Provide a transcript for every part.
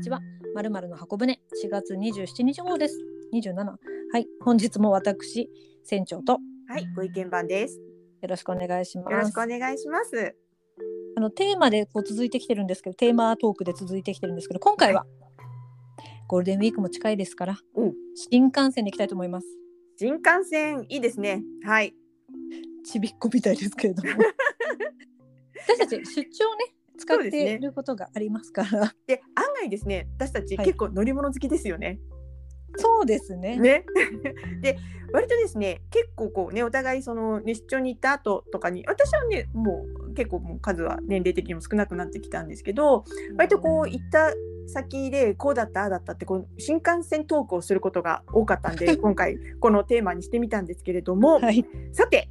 ちはまるまるの箱舟4月27日号です27はい本日も私船長とはい、ご意見番です。よろしくお願いしますよろしくお願いします。あのテーマでこう続いてきてるんですけどテーマトークで続いてきてるんですけど今回は、ゴールデンウィークも近いですから、うん新幹線で行きたいと思います新幹線いいですね。はい。ちびっこみたいですけれど も私たち出張をね使そうっですねていることがありますからで、案外ですね、私たちはい結構乗り物好きですよね。そうですねね。 で、割とですね、結構こうね、お互いその、ね、出張に行った後とかに、私はね、もう結構もう数は年齢的にも少なくなってきたんですけど、割とこう行った先でこうだったああだったってこう新幹線トークをすることが多かったん で、今回このテーマにしてみたんですけれども、はいさて、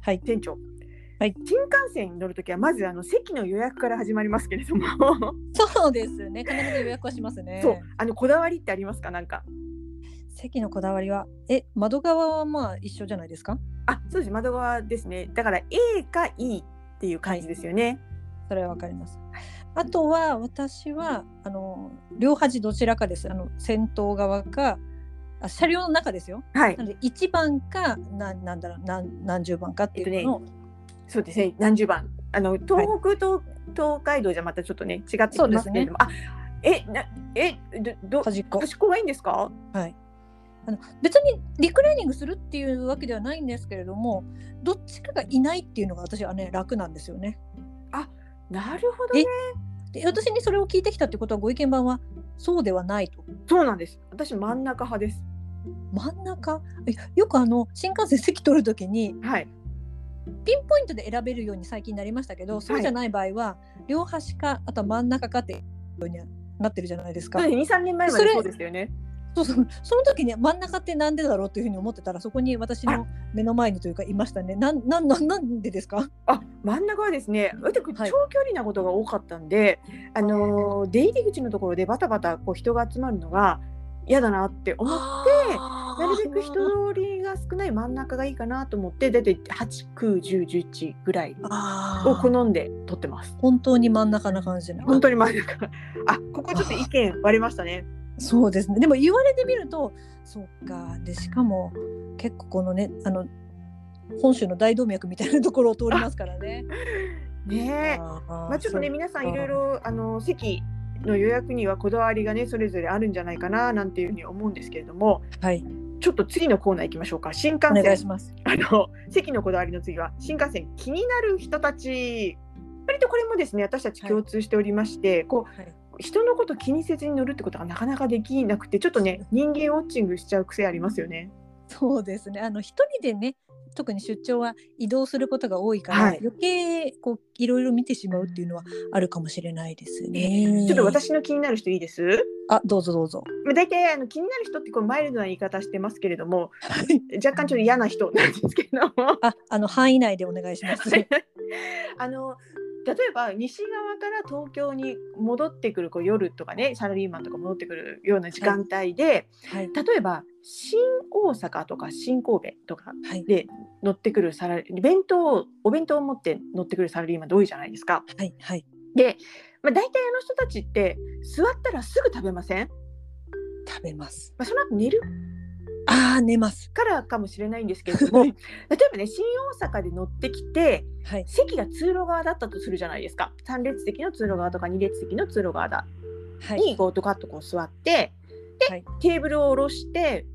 はい店長、はい新幹線に乗るときはまずあの席の予約から始まりますけれども、そうですね必ず予約はしますねそうあのこだわりってありますかなんか席のこだわりはえ窓側はまあ一緒じゃないですかあそうです窓側ですねだから A か E っていう感じですよね、それはわかりますあとは私はあの両端どちらかですあの先頭側かあ車両の中ですよはい、なので一番かななんだろうなん何十番かっていうのを、そうですね何十番あの東北と、東海道じゃまたちょっとね違ってきますけれども、そうですねあえなえどど端っこ端っこがいいんですかはい、あの別にリクライニングするっていうわけではないんですけれどもどっちかがいないっていうのが私はね楽なんですよね。なるほどねで私にそれを聞いてきたってことはご意見番はそうではないとそうなんです私真ん中派です真ん中えよくあの新幹線席取る時にはいピンポイントで選べるように最近なりましたけどそうじゃない場合は両端かあとは真ん中かってようになってるじゃないですか。そうです23年前まそでれそうですよねそうそうその時に真ん中ってなんでだろうっていうふうに思ってたらそこに私の目の前にというかいましたね。なんなんなんなんでですかあ真ん中はですね私長はい距離なことが多かったんで、あのー出入り口のところでバタバタこう人が集まるのが嫌だなって思ってなるべく人通りが少ない真ん中がいいかなと思って大体891011ぐらいあをー好んで撮ってます。本当に真ん中な感じな本当に真ん中。あここちょっと意見割れましたね。そうですねでも言われてみるとそうかでしかも結構このねあの本州の大動脈みたいなところを通りますからね。ねえ。ままあちょっとね皆さんいろいろあの席の予約にはこだわりがねそれぞれあるんじゃないかななんていうふうに思うんですけれどもはいちょっと次のコーナー行きましょうか新幹お願い線します。あの席のこだわりの次は新幹線気になる人たち割とこれもですね私たち共通しておりまして、こうはい人のこと気にせずに乗るってことがなかなかできなくてちょっとね人間ウォッチングしちゃう癖ありますよね。そうですねあの一人でね特に出張は移動することが多いから、はい余計こういろいろ見てしまうっていうのはあるかもしれないですね。ちょっと私の気になる人いいですあどうぞどうぞ。まあ大体あの気になる人ってこうマイルドな言い方してますけれどもはい若干ちょっと嫌な人 なんですけどもああの範囲内でお願いします。 あの例えば西側から東京に戻ってくるこう夜とかねサラリーマンとか戻ってくるような時間帯で、はい例えば新大阪とか新神戸とかはいで乗ってくるサラリー弁当をお弁当を持って乗ってくるサラリーマンって多いじゃないですか。はいはいで、まあ、大体あの人たちって座ったらすぐ食べません、食べます。まあ、その後寝るああ寝ます。からかもしれないんですけれどもは例いえばね新大阪で乗ってきてはい席が通路側だったとするじゃないですか3列席の通路側とか2列席の通路側だはいにこうドカッとこう座ってで、はいテーブルを下ろして、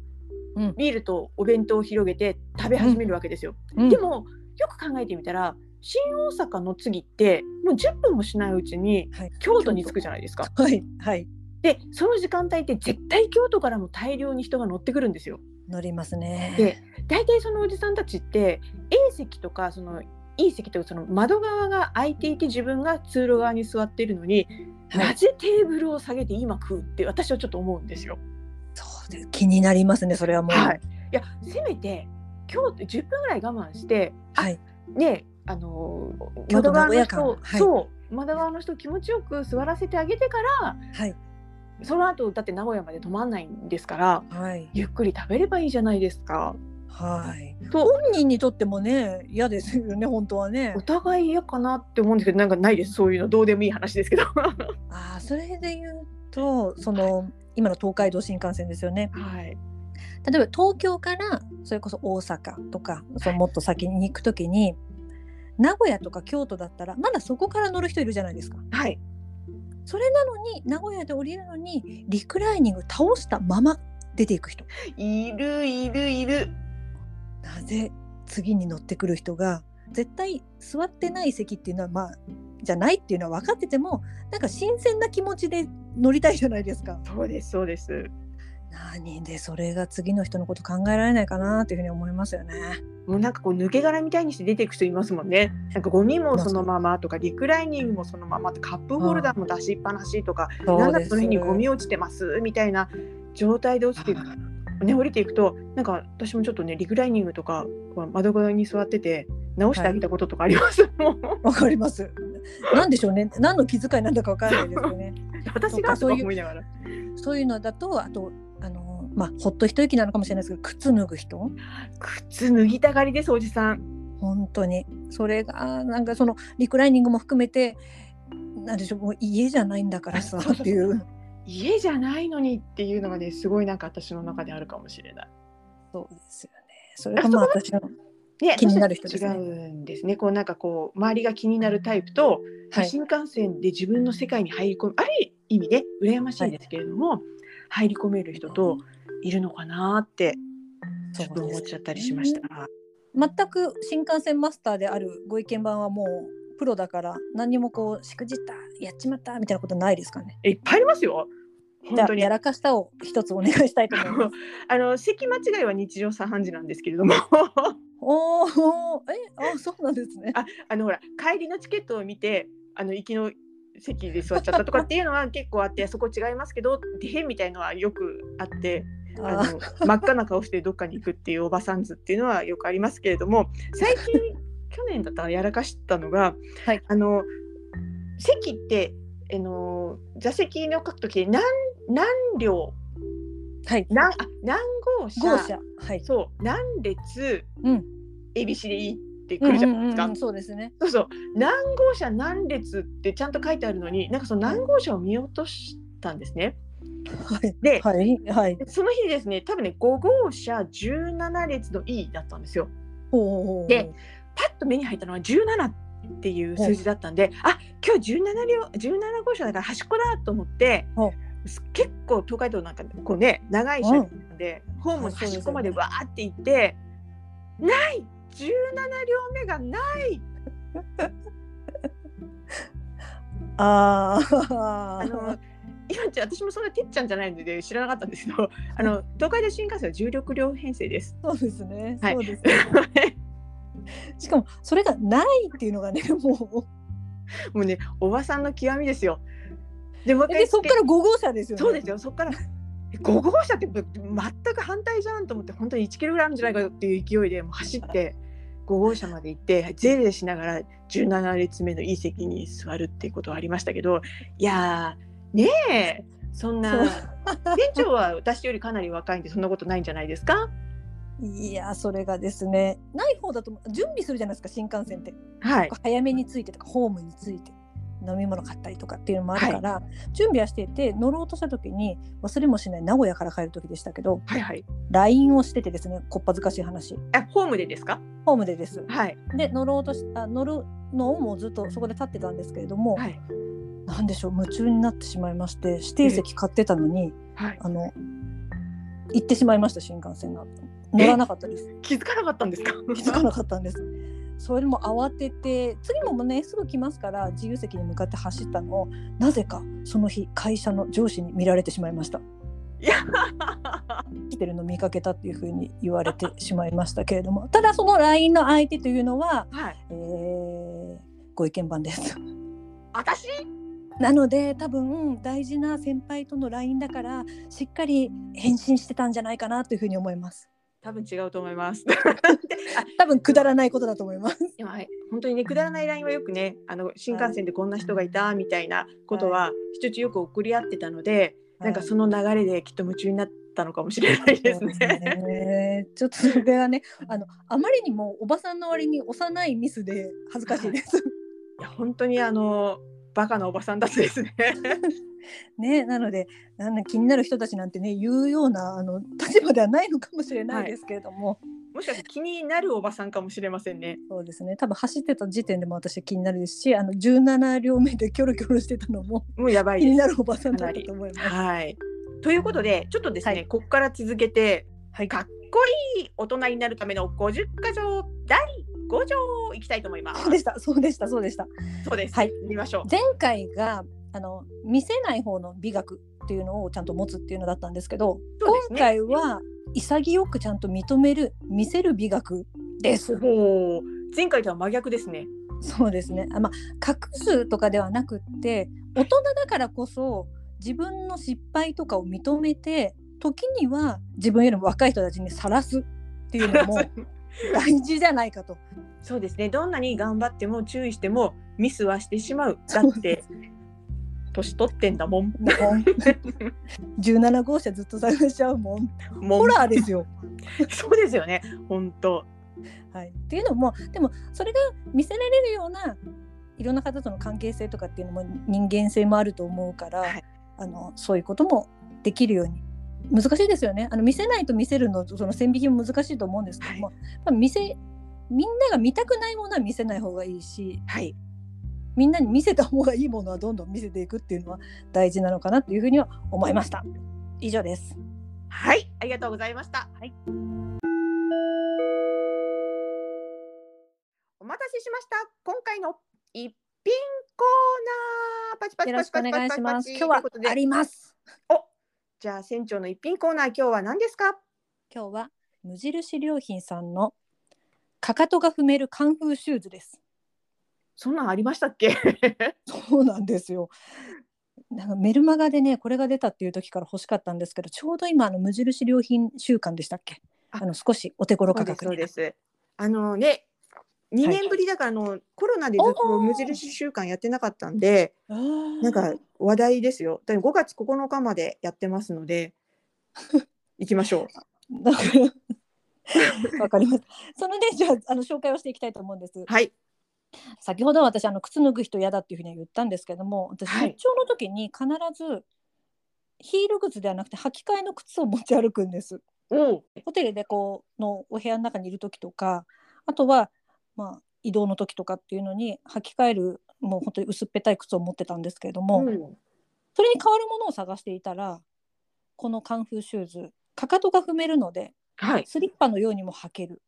うんビールとお弁当を広げて食べ始めるわけですよ。うんでもよく考えてみたら新大阪の次ってもう10分もしないうちにはい京都に着くじゃないですか。はいはいでその時間帯って絶対京都からも大量に人が乗ってくるんですよ。乗りますね。で大体そのおじさんたちって A 席とかその E 席とかその窓側が空いていて自分が通路側に座っているのに、はないぜテーブルを下げて今食うって私はちょっと思うんですよ。そうです気になりますねそれはもう。はい、いやせめて京都10分ぐらい我慢してはいねあのー京都名古窓側の屋間人を、はいそう窓側の人を気持ちよく座らせてあげてからはいその後だって名古屋まで泊まんないんですからはいゆっくり食べればいいじゃないですか。はい。と本人にとってもね嫌ですよね本当はねお。互 い嫌かなって思うんですけどなんかないですそういうのどうでもいい話ですけど。ああそれで言うとその今の東海道新幹線ですよねはい。例えば東京からそれこそ大阪とかそのもっと先に行く時に、名古屋とか京都だったらまだそこから乗る人いるじゃないですかはい。それなのに名古屋で降りるのにリクライニング倒したまま出ていく人いるいるいる。なぜ次に乗ってくる人が絶対座ってない席っていうのはまあじゃないっていうのは分かっててもなんか新鮮な気持ちで乗りたいじゃないですか。そうですそうです。何でそれが次の人のこと考えられないかなっていうふうに思いますよね。もうなんかこう抜け殻みたいにして出ていく人いますもんね。なんかゴミもそのままとかリクライニングもそのままとかカップホルダーも出しっぱなしとか、なんだその日にゴミ落ちてますみたいな状態で落ちていくね、降りていくとなんか私もちょっとねリクライニングとかは窓側に座ってて直してあげたこととかあります、もう わかります。なんでしょうね。何の気遣いなんだかわからないですよね。私がとか思いながらそういうのだとあとあのまあほっと一息なのかもしれないですけど靴脱ぐ人靴脱ぎたがりですおじさん本当にそれがなんかそのリクライニングも含めてなんでしょうもう家じゃないんだ からさっていう。家じゃないのにっていうのがねすごいなんか私の中であるかもしれない。そうですよね。それがまあ私のね気になる人そでしすて違ねうんですね。こうなんかこう周りが気になるタイプと、はい新幹線で自分の世界に入り込むある意味ね羨ましいですけれども、入り込める人といるのかなってちょっと思っちゃったりしました。全く新幹線マスターであるご意見番はもうプロだから何にもこうしくじったやっちまったみたいなことないですかね。えいっぱいありますよ。じゃ本あ当にやらかしたを一つお願いしたいと思います。 あの席間違いは日常茶飯事なんですけれどもおおえあそうなんですね。あのほら帰りのチケットを見てあの行きの席で座っちゃったとかっていうのは結構あってそこ違いますけどって変みたいのはよくあってああの真っ赤な顔してどっかに行くっていうおばさんずっていうのはよくありますけれ ども最近去年だったらやらかしたのが、はいあの席ってあの座席の書くとき何何両はい。何あ何号車豪車はい。そう何列うん。 ABCD って来るじゃないですか。うんうんうんそうですね。そうそう何号車何列ってちゃんと書いてあるのになんかその何号車を見落としたんですね。はい。ではいはい。その日ですね多分ね5号車17列の E だったんですよ。おーでパッと目に入ったのは17っていう数字だったんで、あ今日17両17号車だから端っこだと思って、はい結構東海道なんかこうね長い車輪なんで、ホームの端っこまでわーって行って、ない17両目がないああのあ。今って私もそんなてっちゃんじゃないので知らなかったんですけ どあの東海道新幹線は重力両編成です。 そうですね。はいそうですね。 しかもそれがないっていうのがね ももうねおばさんの極みですよ。でもうう一回でそっから5号車ですよね。そうですよ、そこからえ5号車ってぶ全く反対じゃんと思って、本当に1キロぐらいあるんじゃないかっていう勢いでもう走って、5号車まで行って、ゼーゼーしながら17列目のいい席に座るっていうことはありましたけど、いやー、ねえ、そんな、そ店長は私よりかなり若いんで、そんなことないんじゃないですか。いやそれがですねない方だと準備するじゃないですか新幹線って、はい、早めに着いてとかホームに着いて飲み物買ったりとかっていうのもあるから、準備はしていて乗ろうとした時に忘れもしない名古屋から帰る時でしたけどはい、はい。 LINE をしててですねこっぱずかしい話あホームでですかホームでですはい、で乗ろうとしあ乗るのをもうずっとそこで立ってたんですけれども、はい、なんでしょう夢中になってしまいまして指定席買ってたのにはい。あの行ってしまいました新幹線が乗らなかったです 気づかなかったんですか気づかなかったんです。それも慌てて次もねすぐ来ますから自由席に向かって走ったのをなぜかその日会社の上司に見られてしまいましたいや、来てるの見かけたっていうふうに言われてしまいましたけれどもただその LINE の相手というのは、 はい。えーご意見番です私なので多分大事な先輩との LINE だからしっかり返信してたんじゃないかなというふうに思います多分違うと思い ます。多分くだらないことだと思いますでもはい本当にねくだらないラインはよくねあの新幹線でこんな人がいたみたいなことは一つよく送り合ってたので、なんかその流れできっと夢中になったのかもしれないですそうですね。 ね。ちょっとそれはね、あのあまりにもおばさんの割に幼いミスで恥ずかしいです。いや本当にあのバカなおばさんだったですね。 ね、なのでなんだ気になる人たちなんてね言うようなあの立場ではないのかもしれないですけれども、もしかして気になるおばさんかもしれませんね。そうですね多分走ってた時点でも私は気になるですしあの17両目でキョロキョロしてたのももうやばい気でにす。なるおばさんだったと思います。はい。ということで、ちょっとですね、はいここから続けて、はいかっこいい大人になるための50箇条第5条いきたいと思いますそう。でしたそうでしたそうでした。そうです。はい見ましょう。前回があの見せない方の美学っていうのをちゃんと持つっていうのだったんですけどそうです今ね回は潔くちゃんと認める見せる美学です。おお、前回とは真逆ですね。そうですね。あまあ隠すとかではなくって大人だからこそ自分の失敗とかを認めて時には自分よりも若い人たちに晒すっていうの も大事じゃないかと。そうですね。どんなに頑張っても注意してもミスはしてしまう。だそうって年取ってんだもん。もう17号車ずっと探しちゃうもん。 もんホラーですよ。 そうですよね。本当。はい、っていうのもでもそれが見せられるようないろんな方との関係性とかっていうのも人間性もあると思うから、はいあのそういうこともできるように難しいですよねあの見せないと見せるのその線引きも難しいと思うんですけども、やっぱ見せみんなが見たくないものは見せない方がいいしはい。みんなに見せた方がいいものはどんどん見せていくっていうのは大事なのかなというふうには思いました。以上ですはい。ありがとうございました。はい。お待たせしました。今回の一品コーナー。パチパチよろパしチくおパチパチ願いしパまチす。今日といはうことであります。じゃあ船長の一品コーナー今日は何ですか。今日は無印良品さんのかかとが踏めるカンフーシューズです。そんなんありましたっけ。そうなんですよ。なんかメルマガでねこれが出たっていう時から欲しかったんですけどちょうど今あの無印良品週間でしたっけああの少しお手頃価格そうにですそうですあのね2年ぶりだからあの、コロナでずっと無印週間やってなかったんでななんか話題ですよで5月9日までやってます ので行きましょなんか わかりますそのでじゃああの紹介をしていきたいと思うんですうはい先ほど私あの靴脱ぐ人嫌だっていうふうには言ったんですけども私はい出張の時に必ずヒール靴ではなくて履き替えの靴を持ち歩くんですおうホテルでこうのお部屋の中にいる時とかあとは、まあ、移動の時とかっていうのに履き替えるもう本当に薄っぺたい靴を持ってたんですけれども、うんそれに代わるものを探していたらこのカンフーシューズかかとが踏めるのではいスリッパのようにも履ける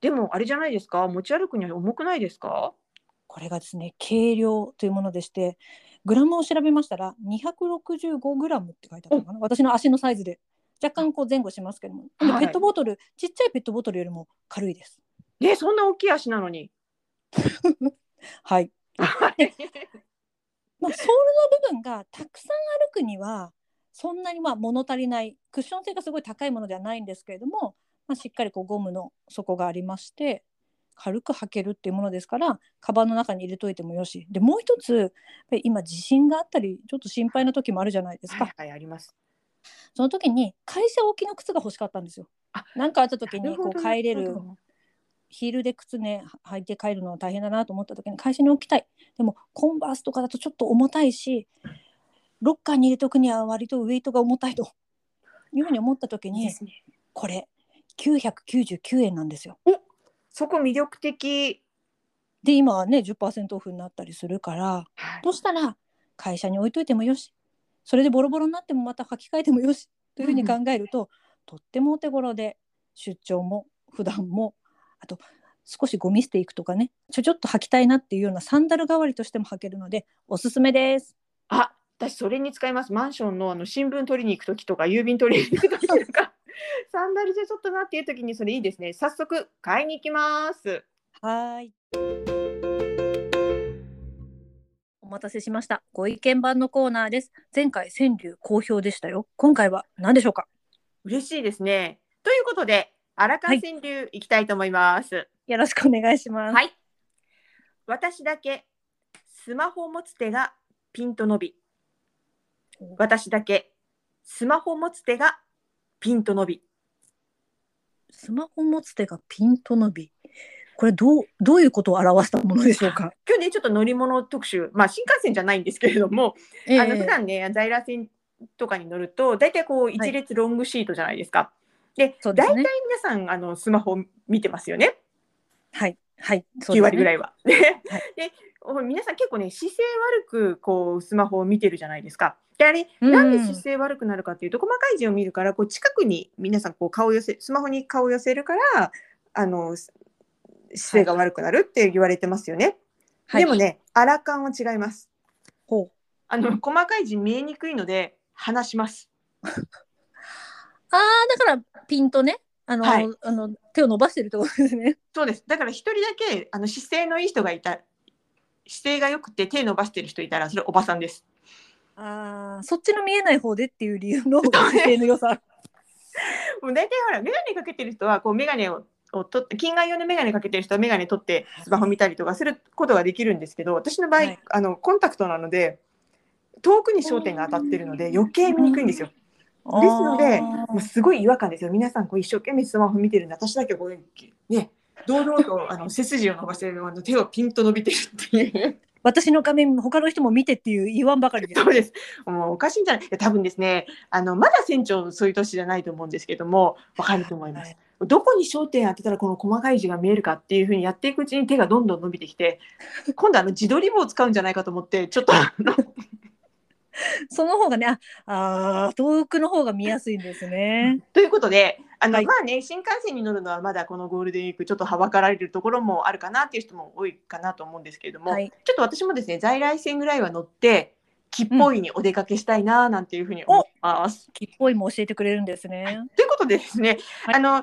でもあれじゃないですか持ち歩くには重くないですかこれがですね軽量というものでしてグラムを調べましたら265グラムって書いてあったかな私の足のサイズで若干こう前後しますけども、でもはいペットボトルちっちゃいペットボトルよりも軽いです。ねそんな大きい足なのにはいはいまあ、ソールの部分がたくさん歩くにはそんなにまあ物足りないクッション性がすごい高いものではないんですけれども、まあ、しっかりこうゴムの底がありまして軽く履けるっていうものですからカバンの中に入れといてもよしでもう一つやっぱり今地震があったりちょっと心配な時もあるじゃないですか、はいありますその時に会社置きの靴が欲しかったんですよあ。なんかあった時なにるほこうど帰れなるるほどヒールで靴ねは履いて帰るのは大変だなと思った時に会社に置きたいでもコンバースとかだとちょっと重たいしロッカーに入れとくには割とウエイトが重たいというふうに思った時いいでにすねこれ999円なんですよ。そこ魅力的で今はね10%オフになったりするからはいそしたら会社に置いといてもよしそれでボロボロになってもまた履き替えてもよしというふうに考えると、とってもお手頃で出張も普段もあと少しゴミ捨ていくとかねちょちょっと履きたいなっていうようなサンダル代わりとしても履けるのでおすすめです。あ、私それに使います。マンションのあの新聞取りに行くときとか、郵便取りに行くときと か、サンダルじゃちょっとなっていうときにそれいいですね。早速買いに行きます。はーいお待たせしましたご意見版のコーナーです前回川柳好評でしたよ今回は何でしょうか嬉しいですね。ということで、荒川川流行きたいと思います。よろしくお願いします、はい。私だけスマホ持つ手がピンと伸び。私だけスマホ持つ手がピンと伸び。スマホ持つ手がピンと伸びこれどうどういうことを表したものでしょ うか。今日ねちょっと乗り物特集、まあ、新幹線じゃないんですけれども、ええあの普段ね在来線とかに乗ると大体こう一列ロングシートじゃないですか。でそうです大体ね皆さんあのスマホ見てますよねはいはいそう9割ぐい。らいは。ねはいでお皆さん結構ね姿勢悪くこうスマホを見てるじゃないですか。であれうんなんで姿勢悪くなるかっていうと細かい字を見るからこう近くに皆さんこう顔を寄せスマホに顔を寄せるからあのす姿勢が悪くなるって言われてますよね。はいでもねアラカンは違います。ほうあの細かい字見えにくいので話します。ああだからピンとねあの、はいあの手を伸ばしてるってことですね。そうです。だから一人だけあの姿勢のいい人がいた姿勢が良くて手伸ばしてる人いたらそれおばさんです。ああそっちの見えない方でっていう理由のそうね姿勢の良さ。もう大体ほら眼鏡かけてる人はこう眼鏡ををと近眼用の眼鏡かけてる人は眼鏡取ってスマホ見たりとかすることができるんですけど私の場合、はいあのコンタクトなので遠くに焦点が当たってるので余計見にくいんですよ。でですのでもうすごい違和感ですよ皆さんこう一生懸命スマホ見てるんで私だけこうね堂々とあの背筋を伸ばしてるあの手をピンと伸びてるっていう。私の画面他の人も見てっていう言わんばかりです そ。うです。もうおかしいんじゃないいや多分ですね、あの、まだ船長そういう年じゃないと思うんですけども、わかると思います。どこに焦点当てたらこの細かい字が見えるかっていうふうにやっていくうちに手がどんどん伸びてきて、今度あの自撮り棒を使うんじゃないかと思って、ちょっとあのその方がねああー遠くの方が見やすいんですね。ということで、あの、はいまあね、新幹線に乗るのはまだこのゴールデンウィークちょっとはばかられるところもあるかなっていう人も多いかなと思うんですけれども、はいちょっと私もですね、在来線ぐらいは乗って、吉報院にお出かけしたいななんていうふうに思います。きっぽいも教えてくれるんですね。ということでですね、はいあの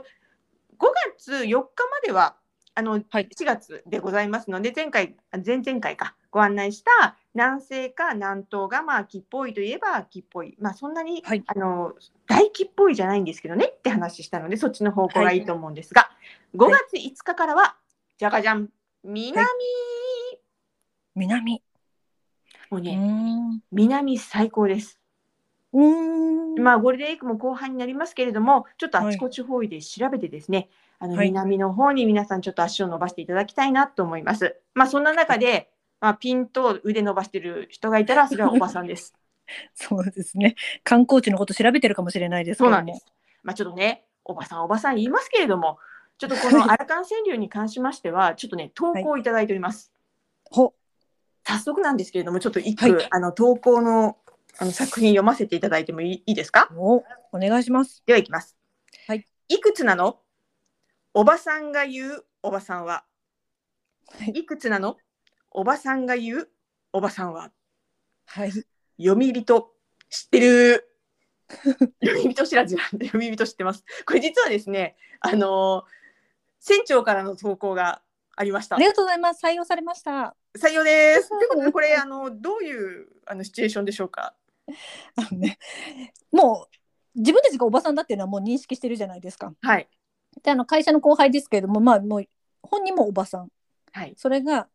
5月4日まではあの、はい4月でございますので前回あ前々回かご案内した南西か南東がまあ木っぽいといえば木っぽい、まあ、そんなに、はいあの大木っぽいじゃないんですけどねって話したのでそっちの方向がいいと思うんですが、5月5日からはじゃかじゃん南、は南。もううーね、ん。南最高です。うーん。まあ、ゴールデンウィークも後半になりますけれども、ちょっとあちこち方位で調べてですね、あのはい南の方に皆さんちょっと足を伸ばしていただきたいなと思います。まあ、そんな中で、まあ、ピンと腕伸ばしてる人がいた ら、それはおばさんです。そうですね。観光地のこと調べてるかもしれないですけそうども。なんです。まあ、ちょっとね、おばさん、おばさん言いますけれども、ちょっとこのアラカン川柳に関しましては、ちょっとね、投稿をいただいております。ほ。早速なんですけれども、ちょっと一は句い、あの投稿のあの作品読ませていただいてもいいいいですかお、お願いします。ではいきます。はい。くつなの？おばさんが言うおばさんは。はいいくつなの？おばさんが言うおばさんは。はい。読み人知って る。読み人知らずなんで読み人知ってます。これ実はですね、あのー船長からの投稿がありましたあり。がとうございます。採用されました。採 用です。ということでこれあのどういうあのシチュエーションでしょうか。あのね、もう自分たちがおばさんだっていうのはもう認識してるじゃないですか。はいで、あの会社の後輩ですけれども、まあもう本人もおばさん。はいそれが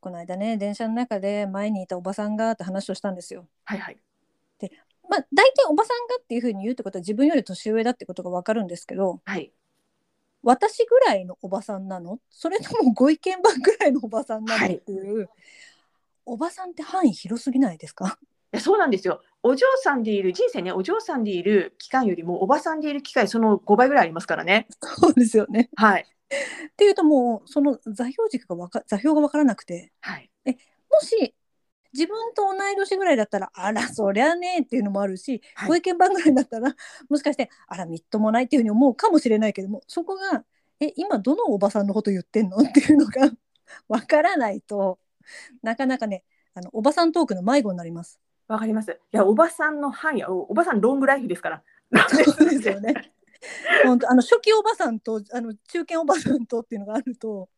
この間ね、電車の中で前にいたおばさんがって話をしたんですよ。はいはいまあ大体おばさんがっていうふうに言うってことは自分より年上だってことがわかるんですけど、はい。私ぐらいのおばさんなのそれともご意見番ぐらいのおばさんなのはいっていう、おばさんって範囲広すぎないですかいやそうなんですよ。お嬢さんでいる人生ね、お嬢さんでいる期間よりもおばさんでいる期間その5倍ぐらいありますからね。 そうですよね。はいっていうともうその座標軸がわか座標が分からなくてはいもし自分と同い年ぐらいだったらあらそりゃねえっていうのもあるし、はいご意見番ぐらいだったらもしかしてあらみっともないっていうふうに思うかもしれないけどもそこがえ今どのおばさんのこと言ってんのっていうのが 分からないとなかなかねあのおばさんトークの迷子になります。わかります。いやおばさんの範囲はおおばさんロングライフですから。そうですよね。本当あの初期おばさんとあの中堅おばさんとっていうのがあると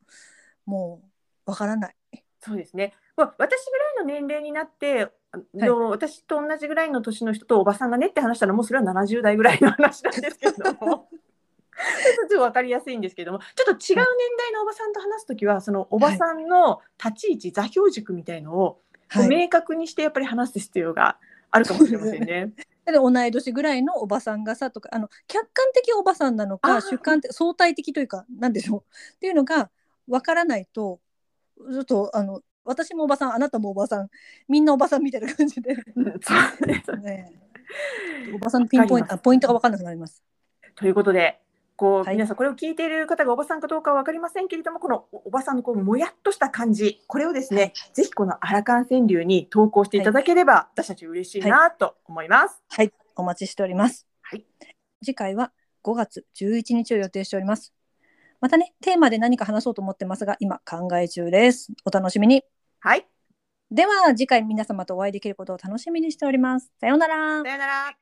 もうわからない。 そうですね。まあ私ぐらいの年齢になって、あの私と同じぐらいの年の人とおばさんがねって話したらもうそれは70代ぐらいの話なんですけれども。 ちょっと分かりやすいんですけれどもちょっと違う年代のおばさんと話すときはそのおばさんの立ち位置、座標軸みたいのをはい、で明確にしてやっぱり話す必要があるかもしれませんね。同い年ぐらいのおばさんがさとかあの客観的おばさんなのあかー主観的相対的というかなんでしょうっていうのがわからないとずっとあの私もおばさんあなたもおばさんみんなおばさんみたいな感じで、そう ですね、おばさんのピンポインわかりますトあポイントが分かんなくなります。ということで、こう、はい皆さんこれを聞いている方がおばさんかどうかは分かりませんけれども、このおおばさんのこうもやっとした感じ、これをですね、はいぜひこの荒川川柳に投稿していただければ、私たち嬉しいなと思います。はい、お待ちしております。はい次回は5月11日を予定しております。またね、テーマで何か話そうと思ってますが、今考え中です。お楽しみに。はい、では、次回皆様とお会いできることを楽しみにしております。さようならさ。よなら。